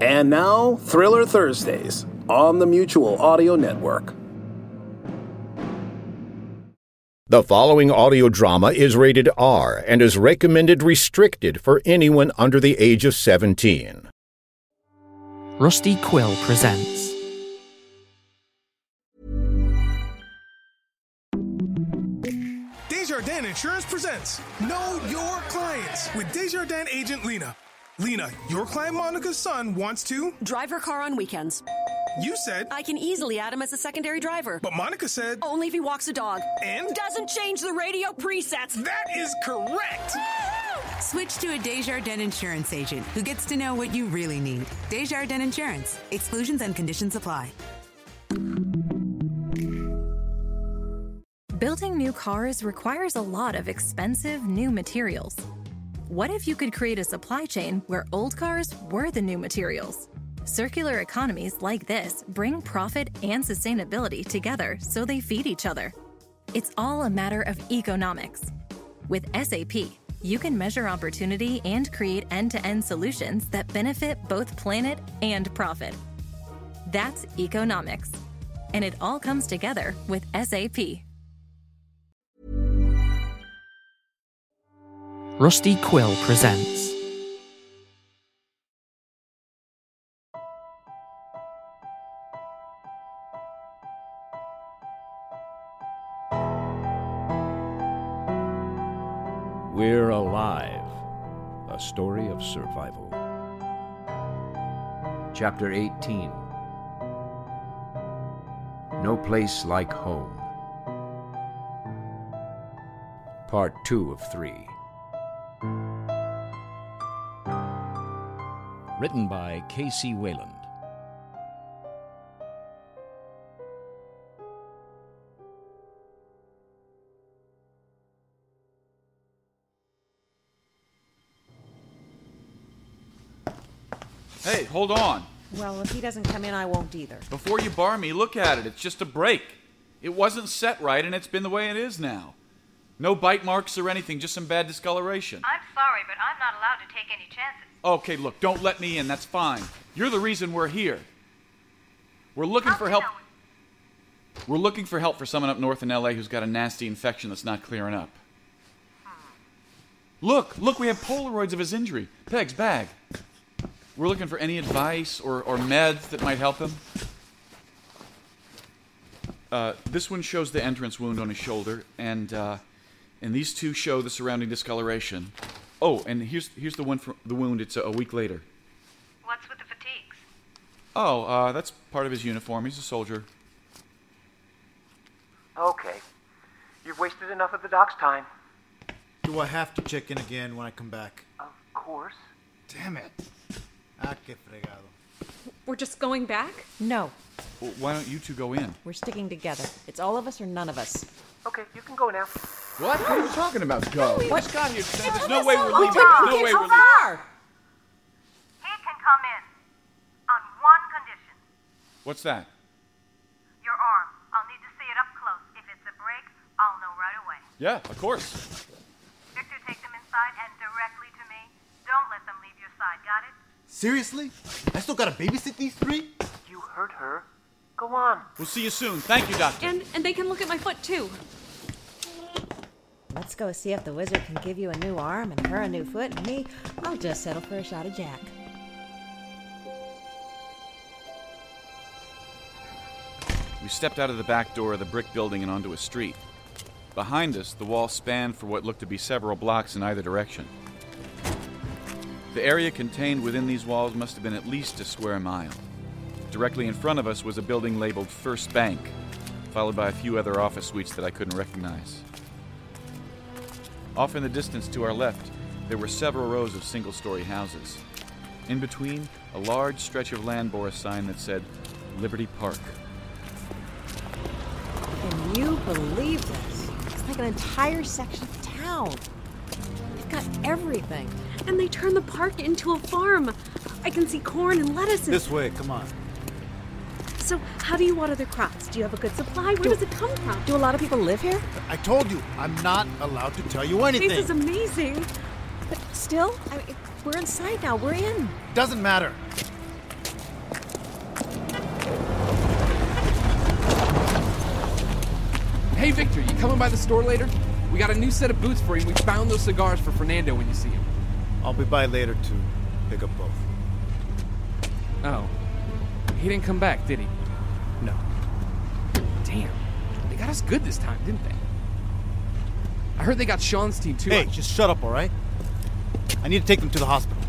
And now, Thriller Thursdays on the Mutual Audio Network. The following audio drama is rated R and is recommended restricted for anyone under the age of 17. Rusty Quill presents. Desjardins Insurance presents Know Your Clients with Desjardins agent Lena. Lena, your client Monica's son wants to, Drive her car on weekends. you said, I can easily add him as a secondary driver. but Monica said, Only if he walks a dog. and Doesn't change the radio presets. that is correct. Switch to a Desjardins insurance agent who gets to know what you really need. Desjardins Insurance. Exclusions and conditions apply. Building new cars requires a lot of expensive new materials. What if you could create a supply chain where old cars were the new materials? Circular economies like this bring profit and sustainability together so they feed each other. It's all a matter of economics. With SAP, you can measure opportunity and create end to end solutions that benefit both planet and profit. That's economics. And it all comes together with SAP. Rusty Quill presents. We're Alive, a story of survival. Chapter 18 No Place Like Home. Part 2 of 3. Written by Casey Wayland. Hey, hold on. Well, if he doesn't come in, I won't either. Before you bar me, look at it. It's just a break. It wasn't set right, and it's been the way it is now. No bite marks or anything, just some bad discoloration. I'm sorry, but I'm not allowed to take any chances. Okay, look, don't let me in. That's fine. You're the reason we're here. We're looking for help. We're looking for help for someone up north in LA who's got a nasty infection that's not clearing up. Hmm. Look, look, we have Polaroids of his injury. Peg's bag. We're looking for any advice or, or meds that might help him. Uh, this one shows the entrance wound on his shoulder, and uh, and these two show the surrounding discoloration. Oh, and here's here's the one from the wound. It's uh, a, a week later. What's with the fatigues? Oh, uh, that's part of his uniform. He's a soldier. Okay. You've wasted enough of the doc's time. Do I have to check in again when I come back? Of course. Damn it. Ah, que fregado. We're just going back? No, Well, why don't you two go in? we're sticking together. It's all of us or none of us. Okay, you can go now. What? What are you talking about? Go. What? Just got here. There's no way we're We leaving. couldn't No get way so we're leaving. far. He can come in. On one condition What's that? your arm. I'll need to see it up close. If it's a break, I'll know right away. Yeah, of course. Victor, take them inside and directly to me. Don't let them leave your side, got it? Seriously? I still gotta babysit these three? You heard her. Go on. We'll see you soon. Thank you, doctor. And and they can look at my foot too. Let's go see if the wizard can give you a new arm and her a new foot and me. I'll just settle for a shot of Jack. We stepped out of the back door of the brick building and onto a street. Behind us, the wall spanned for what looked to be several blocks in either direction. The area contained within these walls must have been at least a square mile. Directly in front of us was a building labeled First Bank, followed by a few other office suites that I couldn't recognize. Off in the distance to our left, there were several rows of single story houses. In between, a large stretch of land bore a sign that said Liberty Park. And you believed us. It's like an entire section of town. They've got everything. And they turn the park into a farm. I can see corn and lettuce. And... This way, come on. So how do you water their crops? Do you have a good supply? Where does it come from? Do a lot of people live here? I told you, I'm not allowed to tell you anything. This is amazing. But still, I mean, we're inside now. We're in. Doesn't matter. Hey, Victor, you coming by the store later? We got a new set of boots for you. We found those cigars for Fernando when you see him. I'll be by later to pick up both. Oh. He didn't come back, did he? No. Damn. They got us good this time, didn't they? I heard they got Sean's team too. Hey, just shut up, all right? I need to take them to the hospital.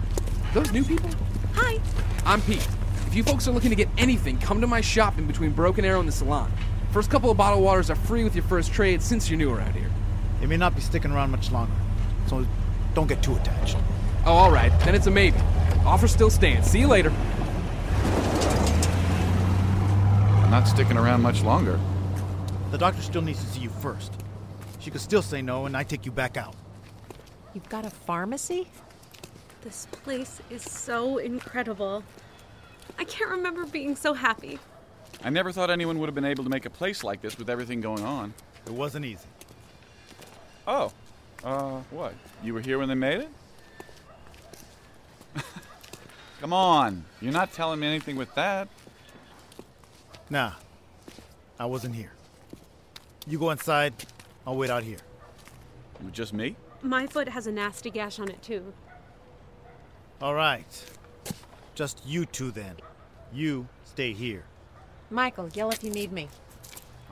Those new people? Hi. I'm Pete. If you folks are looking to get anything, come to my shop in between Broken Arrow and the salon. First couple of bottled waters are free with your first trade since you're new around here. They may not be sticking around much longer, so don't get too attached. Oh, all right. Then it's a maybe. Offer still stands. See you later. I'm not sticking around much longer. The doctor still needs to see you first. She could still say no, and I take you back out. You've got a pharmacy? This place is so incredible. I can't remember being so happy. I never thought anyone would have been able to make a place like this with everything going on. It wasn't easy. Oh, uh, what? You were here when they made it? Come on, you're not telling me anything with that. Nah, I wasn't here. You go inside, I'll wait out here. It was just me? My foot has a nasty gash on it, too. All right. Just you two then. You stay here. Michael, yell if you need me.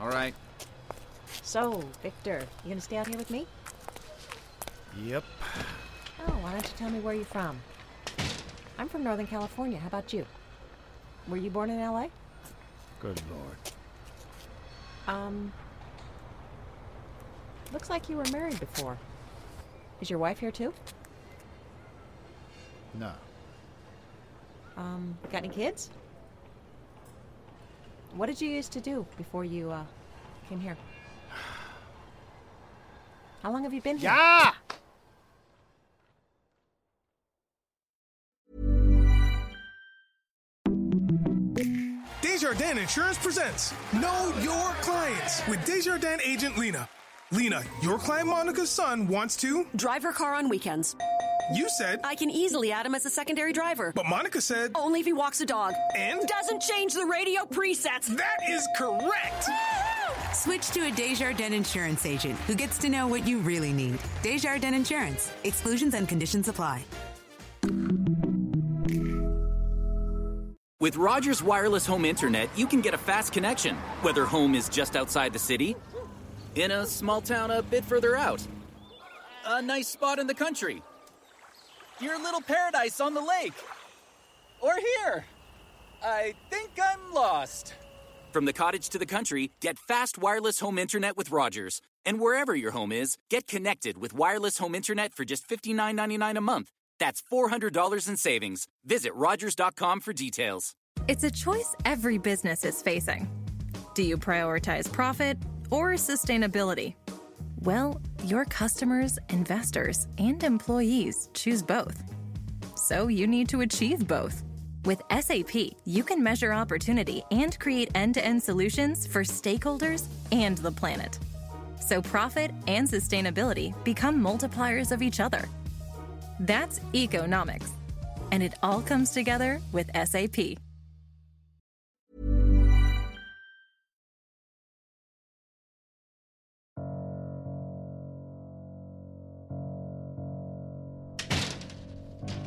All right. So, Victor, you gonna stay out here with me? Yep. Oh, why don't you tell me where you're from? I'm from Northern California. How about you? Were you born in LA? Good lord. Um. Looks like you were married before. Is your wife here too? No. Um, got any kids? What did you used to do before you uh, came here? How long have you been here? Yeah! Desjardins Insurance presents Know Your Clients with Desjardins agent Lena. Lena, your client Monica's son wants to drive her car on weekends. You said I can easily add him as a secondary driver. But Monica said only if he walks a dog and doesn't change the radio presets. That is correct. Switch to a Desjardins insurance agent who gets to know what you really need. Desjardins Insurance. Exclusions and conditions apply. With Rogers Wireless Home Internet, you can get a fast connection, whether home is just outside the city, in a small town a bit further out, a nice spot in the country, your little paradise on the lake, or here. I think I'm lost. From the cottage to the country, get fast wireless home internet with Rogers. And wherever your home is, get connected with wireless home internet for just $59.99 a month. That's $400 in savings. Visit Rogers.com for details. It's a choice every business is facing. Do you prioritize profit or sustainability? Well, your customers, investors, and employees choose both. So you need to achieve both. With SAP, you can measure opportunity and create end to end solutions for stakeholders and the planet. So profit and sustainability become multipliers of each other. That's economics. And it all comes together with SAP.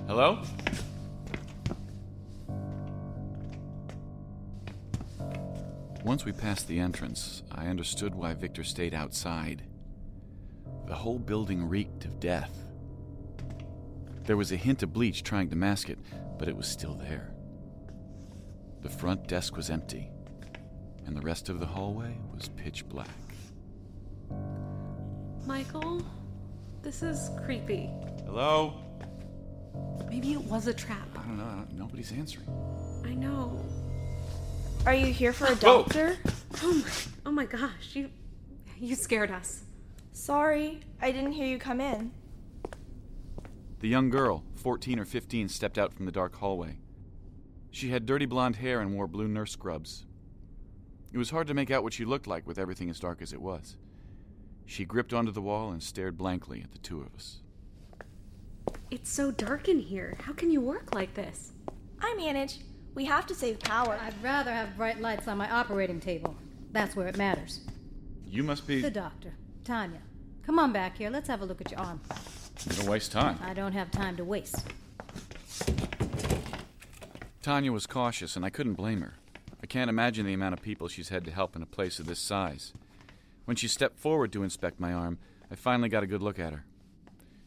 Hello? Once we passed the entrance, I understood why Victor stayed outside. The whole building reeked of death. There was a hint of bleach trying to mask it, but it was still there. The front desk was empty, and the rest of the hallway was pitch black. Michael, this is creepy. Hello? Maybe it was a trap. I don't know. Nobody's answering. I know. Are you here for a doctor? Oh my, oh my gosh, you you scared us. Sorry, I didn't hear you come in. The young girl, 14 or 15, stepped out from the dark hallway. She had dirty blonde hair and wore blue nurse scrubs. It was hard to make out what she looked like with everything as dark as it was. She gripped onto the wall and stared blankly at the two of us. It's so dark in here. How can you work like this? I manage. We have to save power. I'd rather have bright lights on my operating table. That's where it matters. You must be. The doctor. Tanya, come on back here. Let's have a look at your arm. You don't waste time. I don't have time to waste. Tanya was cautious, and I couldn't blame her. I can't imagine the amount of people she's had to help in a place of this size. When she stepped forward to inspect my arm, I finally got a good look at her.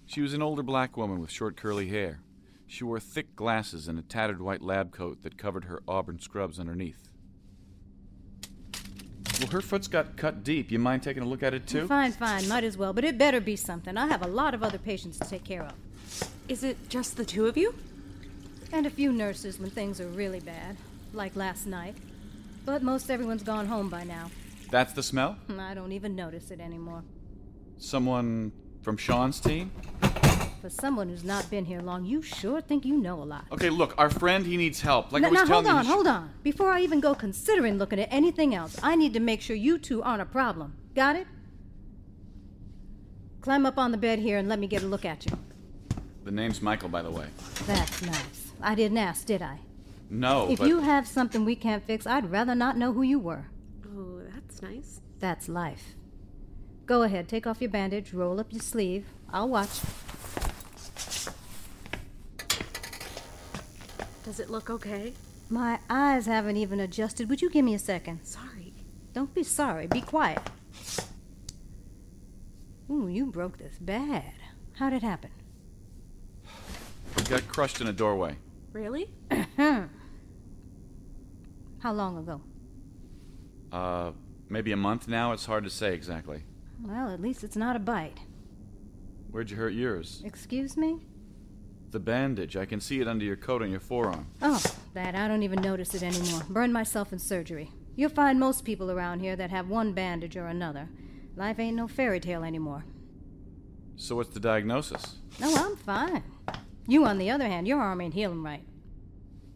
She was an older black woman with short curly hair. She wore thick glasses and a tattered white lab coat that covered her auburn scrubs underneath. Well, her foot's got cut deep. You mind taking a look at it, too? Fine, fine. Might as well. But it better be something. I have a lot of other patients to take care of. Is it just the two of you? And a few nurses when things are really bad, like last night. But most everyone's gone home by now. That's the smell? I don't even notice it anymore. Someone from Sean's team? For someone who's not been here long, you sure think you know a lot. Okay, look, our friend, he needs help. Like I now, was now telling hold you. on, she- hold on. Before I even go considering looking at anything else, I need to make sure you two aren't a problem. Got it? Climb up on the bed here and let me get a look at you. The name's Michael, by the way. That's nice. I didn't ask, did I? No, if but you have something we can't fix, I'd rather not know who you were. Oh, that's nice. That's life. Go ahead, take off your bandage, roll up your sleeve. I'll watch. Does it look okay? My eyes haven't even adjusted. Would you give me a second? Sorry. Don't be sorry. Be quiet. Ooh, you broke this bad. How'd it happen? he got crushed in a doorway. Really? How long ago? Uh, maybe a month now? It's hard to say exactly. Well, at least it's not a bite. Where'd you hurt yours? Excuse me? The bandage. I can see it under your coat on your forearm. Oh, that I don't even notice it anymore. Burned myself in surgery. You'll find most people around here that have one bandage or another. Life ain't no fairy tale anymore. So what's the diagnosis? No, I'm fine. You, on the other hand, your arm ain't healing right.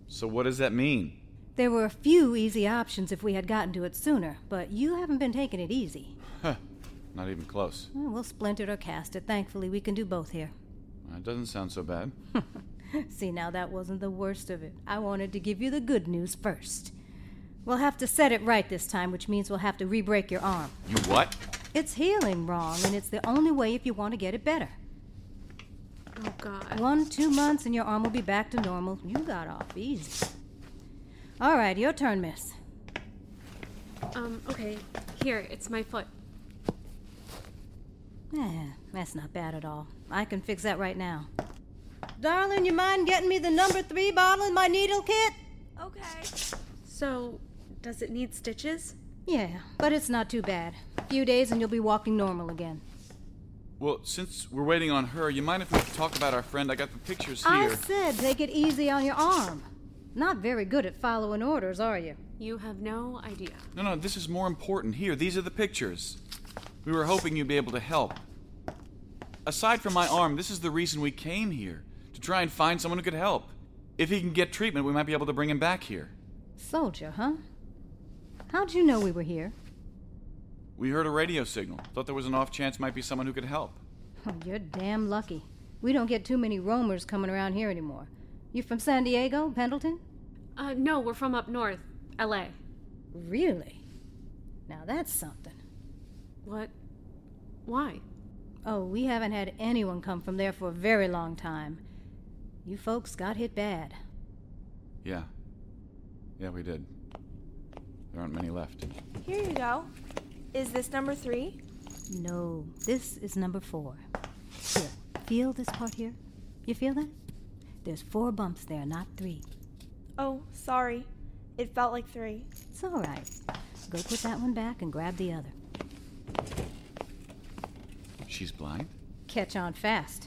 So what does that mean? There were a few easy options if we had gotten to it sooner, but you haven't been taking it easy. Huh. Not even close. Well, we'll splint it or cast it. Thankfully, we can do both here. It doesn't sound so bad. See, now that wasn't the worst of it. I wanted to give you the good news first. We'll have to set it right this time, which means we'll have to re break your arm. You what? It's healing wrong, and it's the only way if you want to get it better. Oh, God. One, two months, and your arm will be back to normal. You got off easy. All right, your turn, miss. Um, okay. Here, it's my foot. Yeah, Eh, that's not bad at all. I can fix that right now. Darling, you mind getting me the number three bottle in my needle kit? Okay. So, does it need stitches? Yeah, but it's not too bad. A few days and you'll be walking normal again. Well, since we're waiting on her, you mind if we talk about our friend? I got the pictures I here. said take it easy on your arm. Not very good at following orders, are you? You have no idea. No, no, this is more important. Here, these are the pictures. We were hoping you'd be able to help. Aside from my arm, this is the reason we came here to try and find someone who could help. If he can get treatment, we might be able to bring him back here. Soldier, huh? How'd you know we were here? We heard a radio signal. Thought there was an off chance might be someone who could help. Oh, you're damn lucky. We don't get too many roamers coming around here anymore. You from San Diego, Pendleton? Uh, no, we're from up north, LA. Really? Now that's something. What? Why? Oh, we haven't had anyone come from there for a very long time. You folks got hit bad. Yeah. Yeah, we did. There aren't many left. Here you go. Is this number three? No, this is number four. Here, feel this part here? You feel that? There's four bumps there, not three. Oh, sorry. It felt like three. It's all right. Go put that one back and grab the other. She's blind? Catch on fast.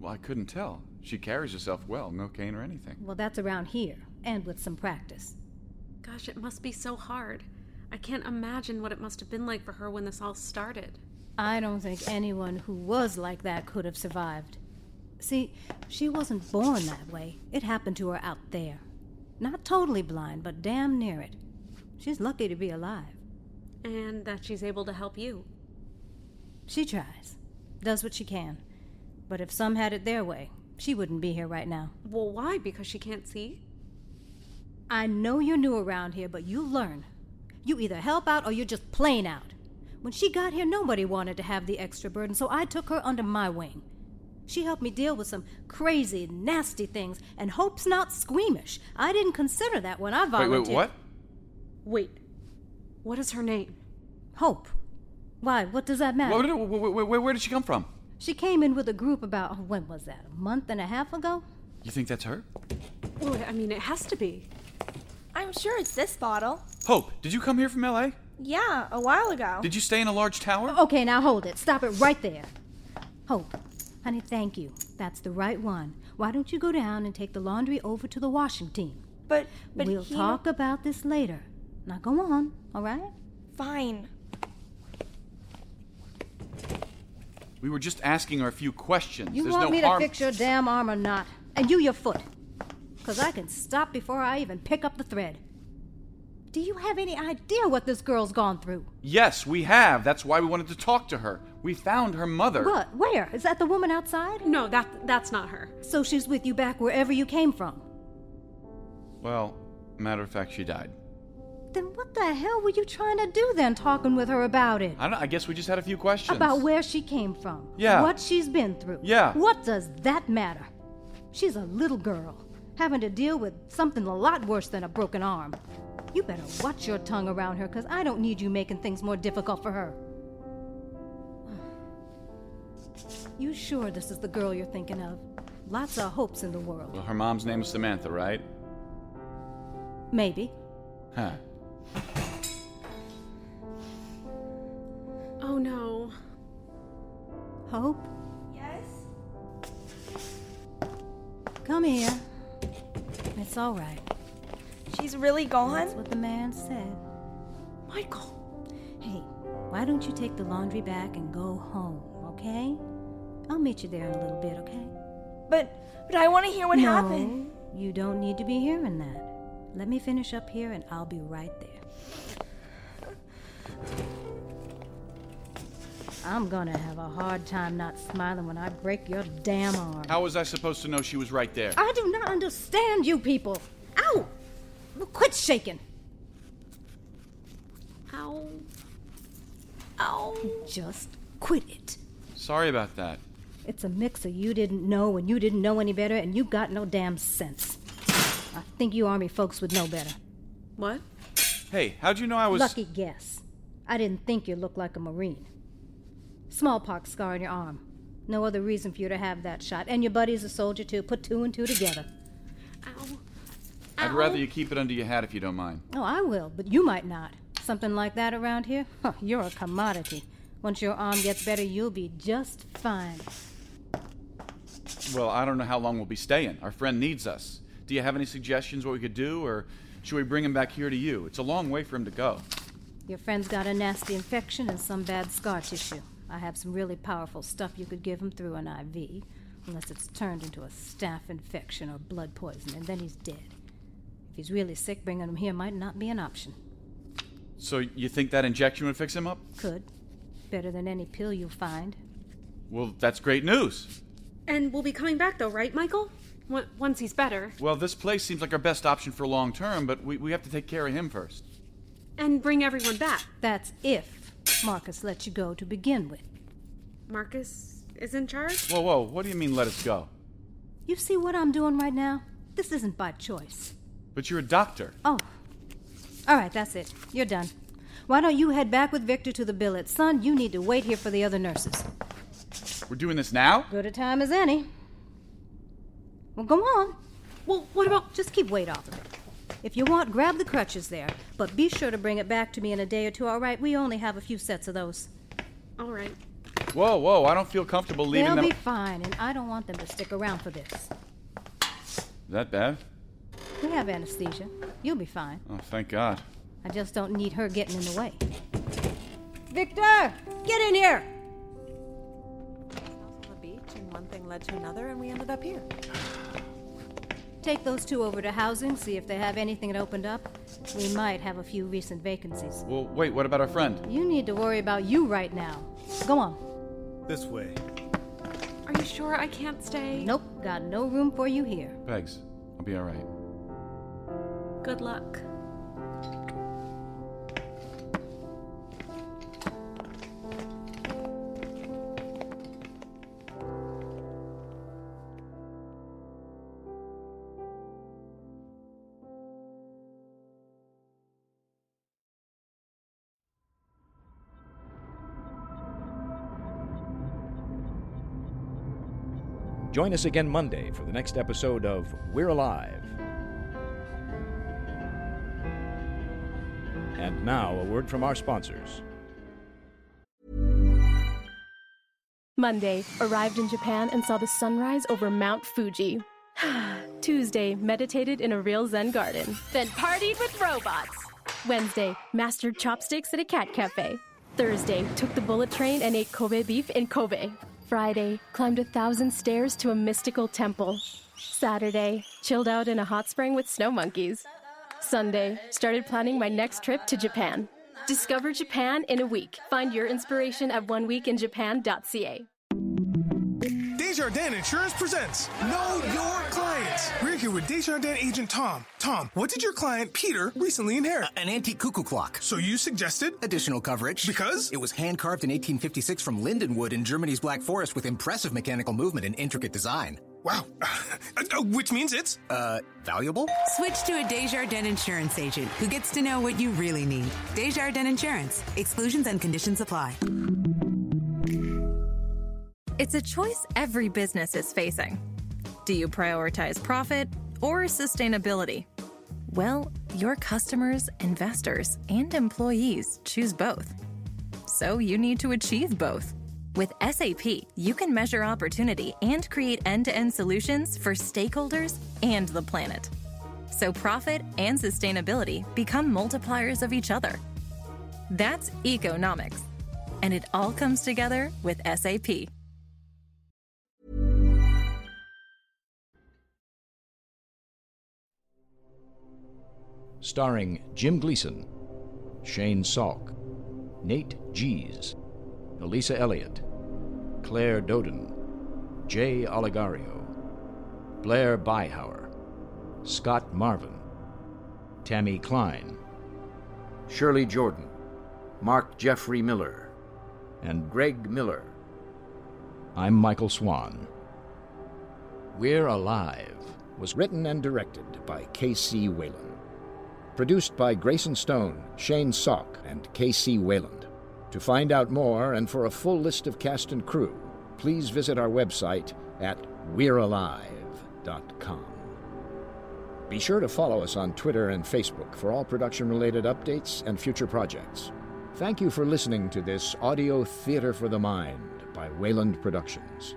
Well, I couldn't tell. She carries herself well, no cane or anything. Well, that's around here, and with some practice. Gosh, it must be so hard. I can't imagine what it must have been like for her when this all started. I don't think anyone who was like that could have survived. See, she wasn't born that way. It happened to her out there. Not totally blind, but damn near it. She's lucky to be alive. And that she's able to help you. She tries, does what she can. But if some had it their way, she wouldn't be here right now. Well, why? Because she can't see? I know you're new around here, but you learn. You either help out or you're just plain out. When she got here, nobody wanted to have the extra burden, so I took her under my wing. She helped me deal with some crazy, nasty things, and hope's not squeamish. I didn't consider that when I Wait, volunteered. wait, what? Wait, what is her name? Hope. Why? What does that matter? Wait, wait, wait, wait, wait, where did she come from? She came in with a group about when was that? A month and a half ago? You think that's her? Well, I mean, it has to be. I'm sure it's this bottle. Hope, did you come here from LA? Yeah, a while ago. Did you stay in a large tower? Okay, now hold it. Stop it right there. Hope, honey, thank you. That's the right one. Why don't you go down and take the laundry over to the washing team? But, but we'll he- talk about this later. Now go on, all right? Fine. We were just asking her a few questions. You There's want no me harm. to fix your damn arm or not? And you your foot. Because I can stop before I even pick up the thread. Do you have any idea what this girl's gone through? Yes, we have. That's why we wanted to talk to her. We found her mother. What? Where? Is that the woman outside? No, that that's not her. So she's with you back wherever you came from. Well, matter of fact, she died. Then what the hell were you trying to do then talking with her about it? I don't. I guess we just had a few questions. About where she came from. Yeah. What she's been through. Yeah. What does that matter? She's a little girl, having to deal with something a lot worse than a broken arm. You better watch your tongue around her, because I don't need you making things more difficult for her. You sure this is the girl you're thinking of? Lots of hopes in the world. Well, her mom's name is Samantha, right? Maybe. Huh. Oh no. Hope? Yes? Come here. It's all right. She's really That's gone? what the man said. Michael. Hey, why don't you take the laundry back and go home, okay? I'll meet you there in a little bit, okay? But, but I want to hear what no, happened. You don't need to be hearing that. Let me finish up here and I'll be right there. I'm gonna have a hard time not smiling when I break your damn arm. How was I supposed to know she was right there? I do not understand you people. Ow! Quit shaking. Ow. Ow. Just quit it. Sorry about that. It's a mix of you didn't know and you didn't know any better and you got no damn sense. I think you army folks would know better. What? Hey, how'd you know I was? Lucky guess. I didn't think you looked like a Marine. Smallpox scar on your arm. No other reason for you to have that shot. And your buddy's a soldier too. Put two and two together. I'd rather you keep it under your hat if you don't mind. Oh, I will, but you might not. Something like that around here? Huh, you're a commodity. Once your arm gets better, you'll be just fine. Well, I don't know how long we'll be staying. Our friend needs us. Do you have any suggestions what we could do, or should we bring him back here to you? It's a long way for him to go. Your friend's got a nasty infection and some bad scar tissue. I have some really powerful stuff you could give him through an IV, unless it's turned into a staph infection or blood poison, and then he's dead. If he's really sick, bringing him here might not be an option. So you think that injection would fix him up? Could. Better than any pill you'll find. Well, that's great news. And we'll be coming back though, right, Michael? Wh- Once he's better, Well, this place seems like our best option for long term, but we, we have to take care of him first. and bring everyone back. That's if Marcus lets you go to begin with. Marcus is in charge. Whoa, whoa, what do you mean let us go? You see what I'm doing right now? This isn't by choice. But you're a doctor. Oh. All right, that's it. You're done. Why don't you head back with Victor to the billet? Son, you need to wait here for the other nurses. We're doing this now? Good a time as any. Well, go on. Well, what about just keep weight off of it? If you want, grab the crutches there, but be sure to bring it back to me in a day or two, all right? We only have a few sets of those. All right. Whoa, whoa, I don't feel comfortable leaving They'll them. be fine, and I don't want them to stick around for this. that bad? We have anesthesia. You'll be fine. Oh, thank God. I just don't need her getting in the way. Victor! Get in here! On the beach, and one thing led to another, and we ended up here. Take those two over to housing, see if they have anything that opened up. We might have a few recent vacancies. Well, wait, what about our friend? You need to worry about you right now. Go on. This way. Are you sure I can't stay? Nope, got no room for you here. Pegs, I'll be alright. Good luck. Join us again Monday for the next episode of We're Alive. And now, a word from our sponsors. Monday, arrived in Japan and saw the sunrise over Mount Fuji. Tuesday, meditated in a real Zen garden. Then partied with robots. Wednesday, mastered chopsticks at a cat cafe. Thursday, took the bullet train and ate Kobe beef in Kobe. Friday, climbed a thousand stairs to a mystical temple. Saturday, chilled out in a hot spring with snow monkeys. Sunday, started planning my next trip to Japan. Discover Japan in a week. Find your inspiration at oneweekinjapan.ca. Desjardins Insurance presents Know Your Clients. We're here with Desjardins agent Tom. Tom, what did your client Peter recently inherit? an antique cuckoo clock. So you suggested additional coverage because it was hand carved in 1856 from Lindenwood in Germany's Black Forest with impressive mechanical movement and intricate design. Wow. Uh, Which means it's uh valuable? Switch to a Desjardins insurance agent who gets to know what you really need. Desjardins Insurance. Exclusions and conditions apply. It's a choice every business is facing. Do you prioritize profit or sustainability? Well, your customers, investors, and employees choose both. So you need to achieve both. With SAP, you can measure opportunity and create end to end solutions for stakeholders and the planet. So profit and sustainability become multipliers of each other. That's economics. And it all comes together with SAP. starring Jim Gleason, Shane Salk, Nate Gies, Elisa Elliott, Claire Doden, Jay Oligario, Blair Beihauer, Scott Marvin, Tammy Klein, Shirley Jordan, Mark Jeffrey Miller, and Greg Miller. I'm Michael Swan. We're Alive was written and directed by K.C. Whalen produced by Grayson Stone, Shane Salk, and K.C. Wayland. To find out more and for a full list of cast and crew, please visit our website at we'realive.com. Be sure to follow us on Twitter and Facebook for all production related updates and future projects. Thank you for listening to this audio theater for the mind by Wayland Productions.